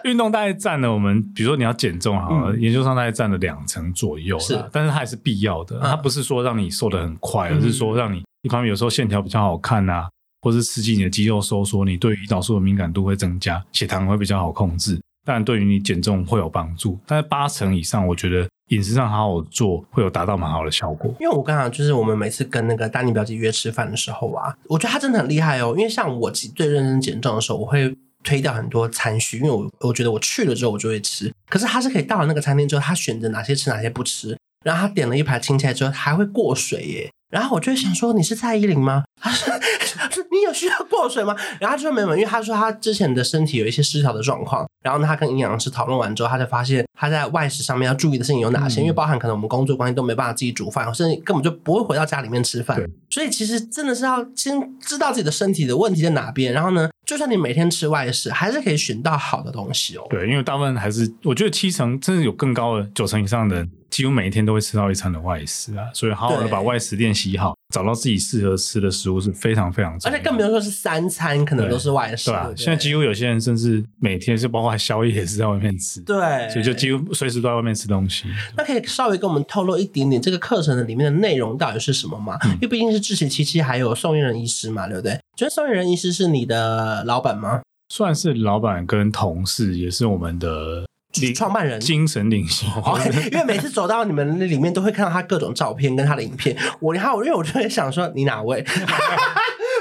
运动大概占了我们，比如说你要减重好了，研究上大概占了两成左右啦
嗯是
但是它还是必要的。
嗯
它不是说让你瘦得很快，
嗯
而是说让你一方面有时候线条比较好看啊，或是刺激你的肌肉收缩，你对于胰岛素的敏感度会增加，血糖会比较好控制。当然，对于你减重会有帮助，但是八成以上，我觉得饮食上好好做，会有达到蛮好的效果。
因为我刚刚就是我们每次跟那个丹尼表姐约吃饭的时候啊，我觉得她真的很厉害哦。因为像我自己最认真减重的时候，我会推掉很多餐序，因为我我觉得我去了之后我就会吃。可是她是可以到了那个餐厅之后，她选择哪些吃哪些不吃，然后她点了一盘青菜之后还会过水耶。然后我就会想说，你是蔡依林吗？她说 *laughs* 你有需要过水吗？然后她就说没有，因为她说她之前的身体有一些失调的状况。然后呢，她跟营养师讨论完之后，她才发现她在外食上面要注意的事情有哪些，
嗯
因为包含可能我们工作关系都没办法自己煮饭，甚至根本就不会回到家里面吃饭
对。
所以其实真的是要先知道自己的身体的问题在哪边，然后呢，就算你每天吃外食，还是可以选到好的东西哦。
对，因为大部分还是我觉得七成，甚至有更高的九成以上的人，几乎每一天都会吃到一餐的外食啊。所以好好的
对
把外食练习好，找到自己适合吃的食物是非常非常重
而
要。
且更不用说是三餐，可能
对
都是外食。
对啊
不，
现在几乎有些人甚至每天是包括宵夜也是在外面吃，
对，
所以就几乎随时都在外面吃东西。
那可以稍微跟我们透露一点点这个课程的里面的内容到底是什么
嗯
吗？因为毕竟是志奇七七还有宋玉仁医师嘛，对不对？觉得宋玉仁医师是你的老板吗？
算是老板跟同事，也是我们的领
创办人
精神领袖。
哦，因为每次走到你们那里面，都会看到他各种照片跟他的影片。我然后因为我就会想说，你哪位？ *laughs* 不是因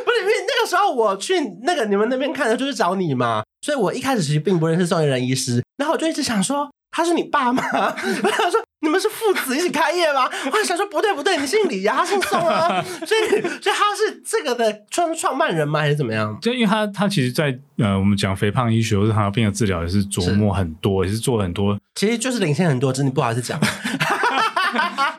为那个时候我去那个你们那边看的就是找你嘛，所以我一开始其实并不认识宋元仁医师，然后我就一直想说他是你爸 *laughs* 吗？我想说。你们是父子一起开业吗？我还想说不对不对，你姓李呀、他姓宋啊， *laughs* 所以所以他是这个的创创办人吗？还是怎么样？
就因为他他其实在，呃，我们讲肥胖医学或者糖尿病的治疗也是琢磨很多，也是做了很多
其实就是领先很多，只是你不好意思讲。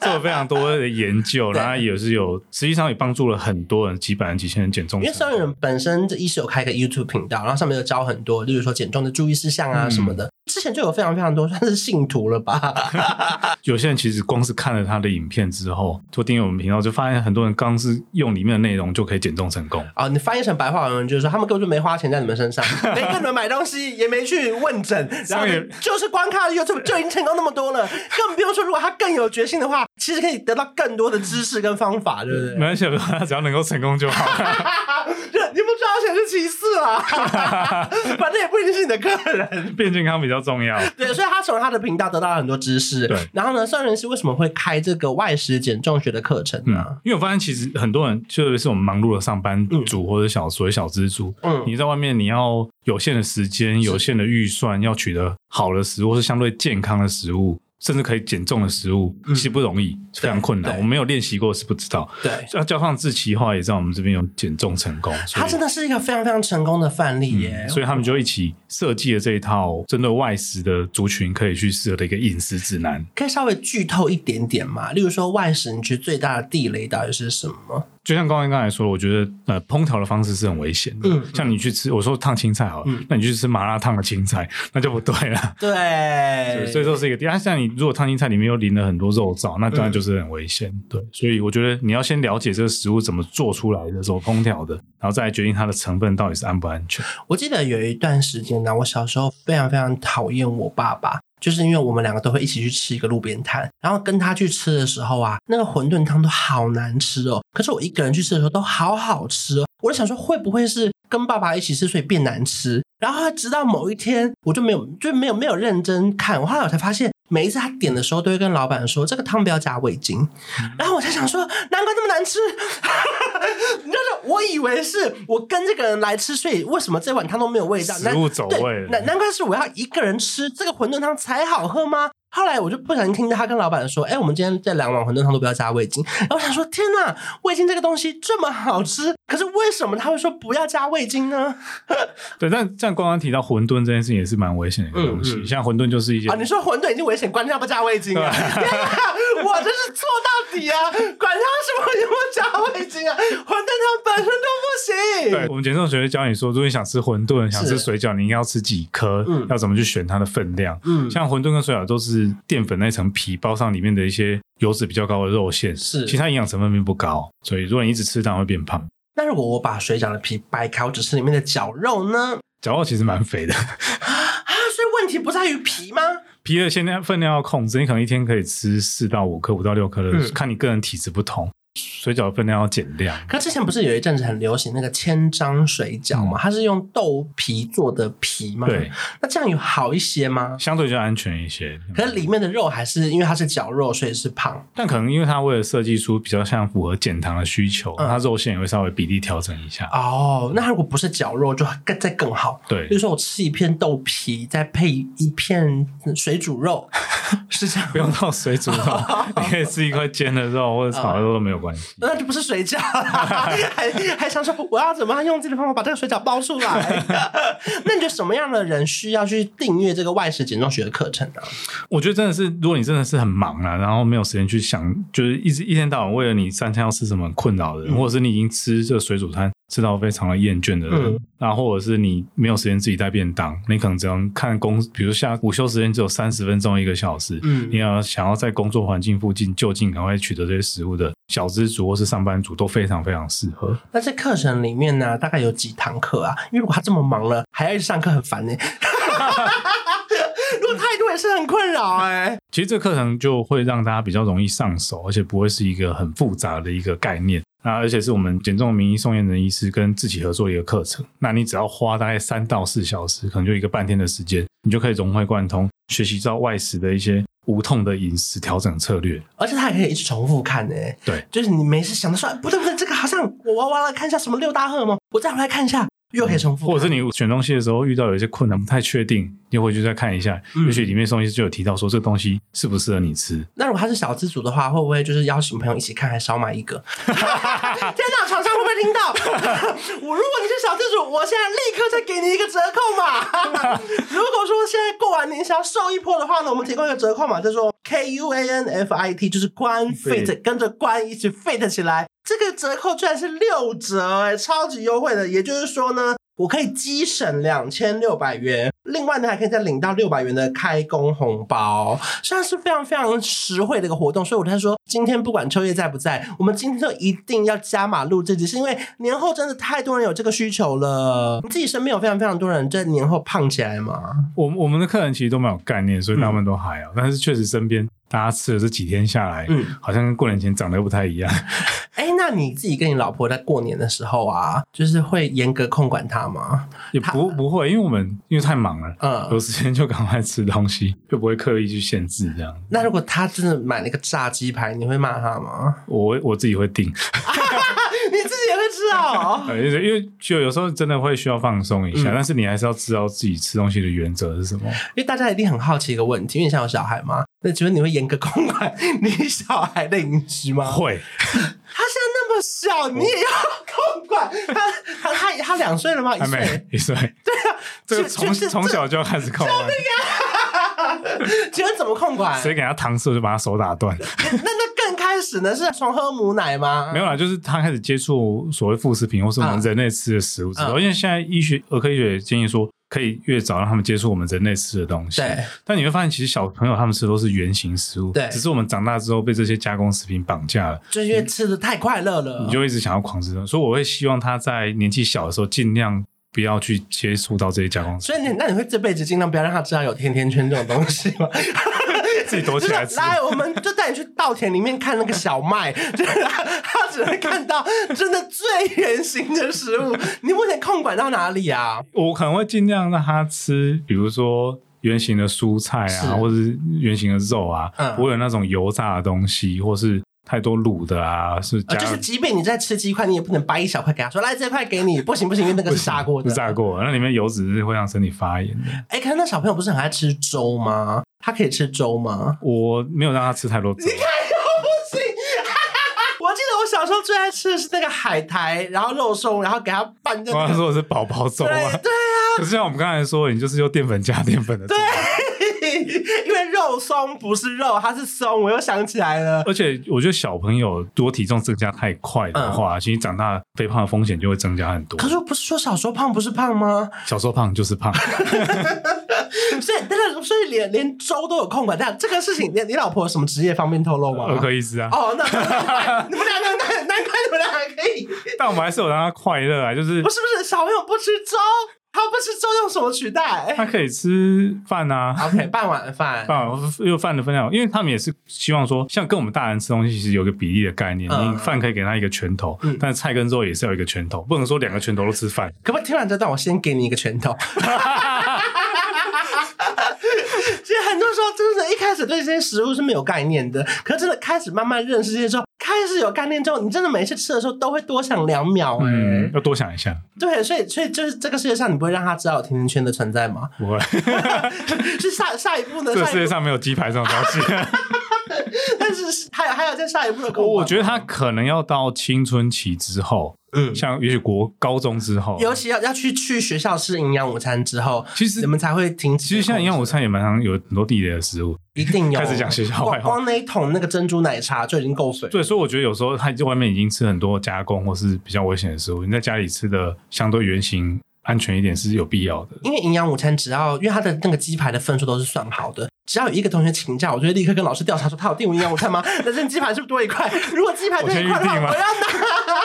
做了非常多的研究，
对
然后也是有，实际上也帮助了很多人，几百人、几千人减重
因为
成
上
功。
面人本身这医师有开个 YouTube 频道，然后上面有教很多，例如说减重的注意事项啊
嗯
什么的。之前就有非常非常多，算是信徒了吧？ *laughs*
有些人其实光是看了他的影片之后，就订阅我们频道，就发现很多人刚是用里面的内容就可以减重成功。
哦，你翻译成白话文就是说，他们根本就没花钱在你们身
*laughs*
上，没跟你们买东西，也没去问诊，然后
上面 *laughs*
就是光看 YouTube 就已经成功那么多了，更不用说如果他更有决心的话，其实可以得到更多的知识跟方法，对不 *laughs* 对？
没关系，他只要能够成功就好。 *laughs*
你不知道钱是其次啦，啊 *laughs* 反正也不一定是你的客人。
变健康比较重要。
对，所以他从他的频道得到了很多知识。
对，
然后呢，算人师为什么会开这个外食减重学的课程啊呢、
嗯，因为我发现其实很多人，特别是我们忙碌的上班族或者小所谓小资族，
嗯
你在外面你要有限的时间、有限的预算，要取得好的食物，或是相对健康的食物，甚至可以减重的食物，
嗯
其实不容易，非常困难。
对
我没有练习过是不知道。
对，
那加上志奇话也在我们这边有减重成功，所
啊
以嗯
他真的是一个非常非常成功的范例耶。哦
所以他们就一起设计了这一套针对外食的族群可以去适合的一个饮食指南。
可以稍微剧透一点点嘛？例如说外食，你觉得最大的地雷到底是什么？
就像刚才刚才说的，我觉得呃，烹调的方式是很危险的。
嗯
像你去吃，我说烫青菜好了，
嗯
那你去吃麻辣烫的青菜， *laughs* 那就不对了。
对，
对，所以这是一个地。啊，像你如果烫青菜里面又淋了很多肉燥，那当
嗯
然就是很危险。对，所以我觉得你要先了解这个食物怎么做出来的，怎么烹调的，然后再来决定它的成分到底是安不安全。
我记得有一段时间呢，我小时候非常非常讨厌我爸爸，就是因为我们两个都会一起去吃一个路边摊，然后跟他去吃的时候啊，那个馄饨汤都好难吃哦，可是我一个人去吃的时候都好好吃哦，我就想说会不会是跟爸爸一起吃所以变难吃？然后直到某一天，我就没有就没有没有认真看，我后来我才发现，每一次他点的时候都会跟老板说这个汤不要加味精，然后我才想说，难怪这么难吃。 *laughs* 你知道，我以为是我跟这个人来吃，所以为什么这碗汤都没有味道？
食
难
物走
对
味了
难难怪是我要一个人吃这个馄饨汤才好喝吗？后来我就不小心听到他跟老板说：“哎、我们今天这两碗馄饨汤都不要加味精。”然后我想说：“天哪，味精这个东西这么好吃，可是为什么他会说不要加味精呢？”
对，但像刚刚提到馄饨这件事情也是蛮危险的一个东西。
嗯嗯
像馄饨就是一些
啊，你说馄饨已经危险，管他要不加味精啊！天啊， *laughs* 我真是错到底啊！管他什么有没有加味精啊，馄饨汤本身都不行。
对，我们减重学会教你说，如果你想吃馄饨、想吃水饺，你应该要吃几颗，
嗯
要怎么去选它的分量。
嗯
像馄饨跟水饺都是淀粉那层皮包上里面的一些油脂比较高的肉馅，
是
其他营养成分并不高，所以如果你一直吃，当然会变胖。
那如果我把水饺的皮掰开，我只吃里面的绞肉呢？
绞肉其实蛮肥的，
啊，所以问题不在于皮吗？
皮的限量分量要控制，你可能一天可以吃四到五颗、五到六颗的，
嗯
看你个人体质不同。水饺的分量要减量，
可之前不是有一阵子很流行那个千张水饺吗？它是用豆皮做的皮吗？
对，，
那这样有好一些吗？
相对就安全一些。
可是里面的肉还是因为它是绞肉，所以是胖。
但可能因为它为了设计出比较像符合减糖的需求，
嗯
它肉馅也会稍微比例调整一下。
哦，那如果不是绞肉，就更再更好。
对
比如，说我吃一片豆皮，再配一片水煮肉，是这样
不。用到水
*laughs*
煮肉，你可以吃一块煎的肉或者炒的肉都没有关系。
那就不是水饺啦，还还想说我要怎么样用这个方法把这个水饺包出来？那你觉得什么样的人需要去订阅这个外食减重学的课程呢、啊
我觉得真的是，如果你真的是很忙了、然后没有时间去想，就是一直一天到晚为了你三餐要吃什么很困扰的
嗯
人，或者是你已经吃这个水煮餐吃到非常的厌倦的人
嗯，
那、或者是你没有时间自己带便当，你可能只能看公，比如下午休时间只有三十分钟一个小时，
嗯
你要想要在工作环境附近就近赶快取得这些食物的小资族或是上班族都非常非常适合。
那这课程里面呢，大概有几堂课啊？因为如果他这么忙了，还要一直上课，很烦呢、 *laughs* 如果太多也是很困扰哎、
其实这课程就会让大家比较容易上手，而且不会是一个很复杂的一个概念。那而且是我们减重名医宋燕仁医师跟自己合作的一个课程。那你只要花大概三到四小时，可能就一个半天的时间，你就可以融会贯通，学习到外食的一些无痛的饮食调整策略。
而且他还可以一直重复看呢、
对，
就是你没事想的说，哎不对不对，这个好像我哇哇来看一下什么六大荷尔蒙，我再回来看一下，又可以重复看，
嗯或者是你选东西的时候遇到有一些困难，不太确定，你回去再看一下，
嗯
也许里面宋医师就有提到说这个东西适不适合你吃。
那如果他是小资主的话，会不会就是邀请朋友一起看，还少买一个？ *laughs* 天哪，厂商会不会听到？ *laughs* 我如果你是小资主，我现在立刻再给你一个折扣码。 *laughs* 如果说现在过完年想要瘦一波的话呢，我们提供一个折扣码，叫做 K U A N F I T，就是官 fit，
对
跟着官一起 fit 起来。这个折扣居然是六折、哎，超级优惠的。也就是说呢，我可以积省两千六百元，另外呢还可以再领到六百元的开工红包，算是非常非常实惠的一个活动。所以我才说，今天不管秋叶在不在，我们今天就一定要加码录这集，是因为年后真的太多人有这个需求了。你自己身边有非常非常多人在年后胖起来吗？嗯
我我们的客人其实都蛮有概念，所以大部分都还好。但是确实身边大家吃了这几天下来，
嗯，
好像跟过年前长得又不
*laughs*
太一样。
哎，那你自己跟你老婆在过年的时候啊，就是会严格控管她吗？
也不不会，因为我们因为太忙了，有
嗯，
时间就赶快吃东西，就不会刻意去限制这样。
那如果她真的买了一个炸鸡排，你会骂她吗？
我我自己会定，
*laughs* 你自己也会吃哦。
呃因为因为就有时候真的会需要放松一下，
嗯
但是你还是要知道自己吃东西的原则是什么。
*laughs* 因为大家一定很好奇一个问题，因为你现在有小孩嘛，那请问你会严格控管你小孩的饮食吗？
会，
他现在那么小，你也要控管他？他他他两岁了吗？一
还没
岁。
一岁，对
啊，
这个
就
从
就是
从小就要开始啊控制，
请问怎么控管？
谁给他糖吃我就把他手打断。
那那更开始呢？是从喝母奶吗？
没有啦，就是他开始接触所谓副食品或是我们
嗯
人类吃的食物之后，
嗯
因为现在医学儿科医学建议说，可以越早让他们接触我们人类吃的东西。
对，
但你会发现，其实小朋友他们吃的都是原型食物，
对
只是我们长大之后被这些加工食品绑架了，
就是因为吃的太快乐了，
你就一直想要狂吃。所以我会希望他在年纪小的时候，尽量不要去接触到这些加工食
所以你那你会这辈子尽量不要让他知道有甜甜圈这种东西吗？
品， *laughs* 自己躲起来
就是
吃。
来，我们就带你去稻田里面看那个小麦，就是他他只会看到真的最原型的食物。你目前控管到哪里啊？
我可能会尽量让他吃，比如说。圆形的蔬菜
是
啊，或者是圆形的肉啊，
嗯
不会有那种油炸的东西，或是太多卤的啊，是加、
呃，就是即便你在吃鸡块，你也不能掰一小块给他说，来这块给你，不行不行，因为那个是炸过的。
是炸。过，那里面油脂是会让身体发炎的。
哎，可是那小朋友不是很爱吃粥吗？他可以吃粥吗？
我没有让他吃太多粥，
*laughs* 不行。 *laughs* 我记得我小时候最爱吃的是那个海苔，然后肉松，然后给他拌那
我刚才
个。
说的是宝宝粥
对
啊。
对啊， *laughs*
可是像我们刚才说，你就是用淀粉加淀粉的做法，
因为肉松不是肉，它是松。我又想起来了，
而且我觉得小朋友如果体重增加太快的话，其实长大肥胖的风险就会增加很多
嗯可。是不是说小时候胖不是胖吗？ *laughs*
小时候胖就是胖，
所以，但是所以连连粥都有空管。但这个事情，你你老婆有什么职业方便透露吗？
儿科医师啊。
哦，那你们俩难怪难怪你们俩还可以，
但我们还是有让他快乐啊，就是
不是不是，小朋友不吃粥，他不吃粥用什么取代
他可以吃饭啊。
？OK，拌碗饭，
啊，又饭的分量，因为他们也是希望说，像跟我们大人吃东西，其实有个比例的概念。
嗯
你饭可以给他一个拳头，
嗯
但是菜跟肉也是要有一个拳头，不能说两个拳头都吃饭。
可不可以听完这段，我先给你一个拳头？其实很多时候，真的，一开始对这些食物是没有概念的，可是真的开始慢慢认识这些之后，开始有概念之后，你真的每次吃的时候都会多想两秒、哎、
嗯，要多想一下。
对，所以所以就是这个世界上，你不会让他知道有甜甜圈的存在吗？ *laughs*
不会，
是下下一步呢？
这个
下
世
一
界
步，
上没有鸡排这种东西。
但是还有还有在下一步的空白吗，
*laughs* 我觉得他可能要到青春期之后，
嗯，
像也许国高中之后，
尤其要要去去学校吃营养午餐之后，
其实
你们才会停止。
其实像营养午餐也蛮常有很多地雷的食物，
一定有
*laughs* 开始讲学校坏
光
话
光那一桶那个珍珠奶茶就已经够水了。
对，所以我觉得有时候他在外面已经吃很多加工或是比较危险的食物，你在家里吃的相对原型安全一点是有必要的。
因为营养午餐只要，因为他的那个鸡排的分数都是算好的，只要有一个同学请假，我就会立刻跟老师调查说他有订营养午餐吗？那这鸡排是不是多一块？如果鸡排多一块的话，
我先预定吗
我要拿， *laughs*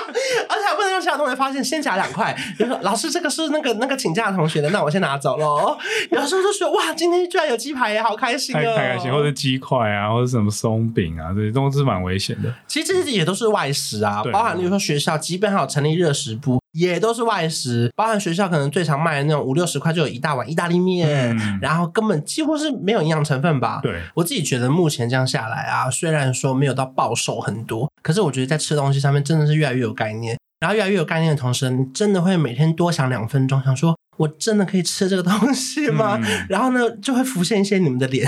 而且还不能让其他同学发现，先夹两块。就说老师这个是那个那个请假的同学的，那我先拿走喽。然后说就说哇，今天居然有鸡排耶，好开心
太
哦！
太开心，或者鸡块啊，或者什么松饼啊，这些都是蛮危险的。
其实这些也都是外食啊，
对
包含例如说学校，即便还有成立热食部，也都是外食，包含学校可能最常卖的那种五六十块就有一大碗意大利面，
嗯
然后根本几乎是没有营养成分吧。
对，
我自己觉得目前这样下来啊，虽然说没有到暴瘦很多，可是我觉得在吃东西上面真的是越来越有概念，然后越来越有概念的同时，你真的会每天多想两分钟，想说我真的可以吃这个东西吗？
嗯
然后呢，就会浮现一些你们的脸，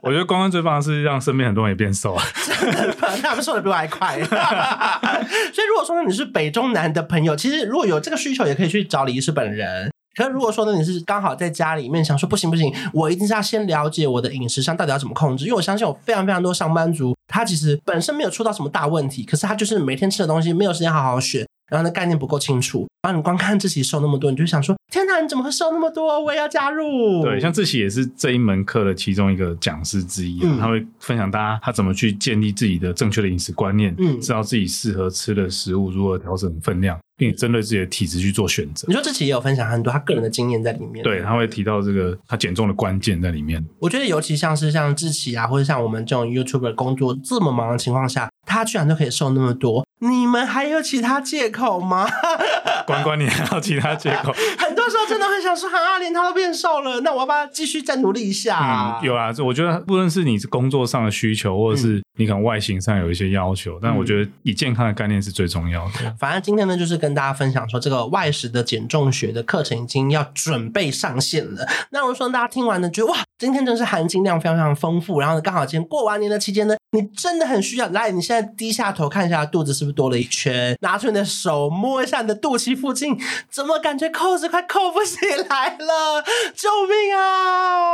我觉得光棍最棒的是让身边很多人也变瘦啊。
他们瘦的比我还快。 *laughs* 所以如果说呢你是北中南的朋友，其实如果有这个需求，也可以去找李医师本人。可是如果说呢，你是刚好在家里面想说不行不行，我一定是要先了解我的饮食上到底要怎么控制，因为我相信有非常非常多上班族，他其实本身没有出到什么大问题，可是他就是每天吃的东西没有时间好好选，然后呢概念不够清楚，然后你光看自己瘦那么多，你就想说天哪，你怎么会瘦那么多？我也要加入。
对，像志喜也是这一门课的其中一个讲师之一、啊，
嗯
他会分享大家他怎么去建立自己的正确的饮食观念，
嗯
知道自己适合吃的食物，如何调整分量，并且针对自己的体质去做选择
你。说这期也有分享很多他个人的经验在里面。
对，他会提到这个他减重的关键在里面。
我觉得尤其像是像志奇啊，或者像我们这种 YouTuber 工作这么忙的情况下，他居然都可以瘦那么多，你们还有其他借口吗？ *laughs*
关关，你还有其他借口？
很多时候真的会想说，啊，连他都变瘦了，那我要不要继续再努力一下、
嗯，有啊，这我觉得不论是你是工作上的需求，或者是你可能外形上有一些要求，但我觉得以健康的概念是最重要的。
反正今天呢，就是跟大家分享说，这个外食的减重学的课程已经要准备上线了。那我希望大家听完呢，觉得哇，今天真是含金量非常非常丰富。然后呢，刚好今天过完年的期间呢，你真的很需要来，你现在低下头看一下肚子是不是多了一圈，拿出你的手摸一下你的肚脐附近，怎么感觉扣子快扣不起来了？救命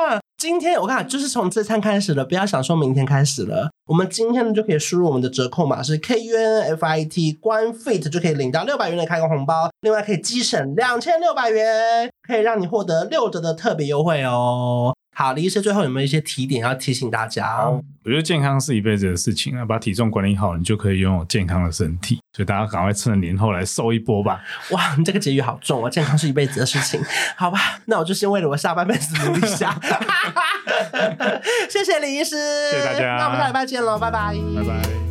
啊！今天我看就是从这餐开始了，不要想说明天开始了。我们今天呢就可以输入我们的折扣码是 K U N F I T 官 fit 就可以领到六百元的开工红包，另外可以积省两千六百元，可以让你获得六折的特别优惠哦。好，李医师最后有没有一些提点要提醒大家？
我觉得健康是一辈子的事情，啊那把体重管理好，你就可以拥有健康的身体。所以大家赶快趁着年后来瘦一波吧。
哇，你这个结语好重哦，健康是一辈子的事情，好吧？那我就先为了我下半辈子努力一下。 *laughs* 谢谢李医师，
谢谢大家
那我们下礼拜见喽，拜拜，
拜拜。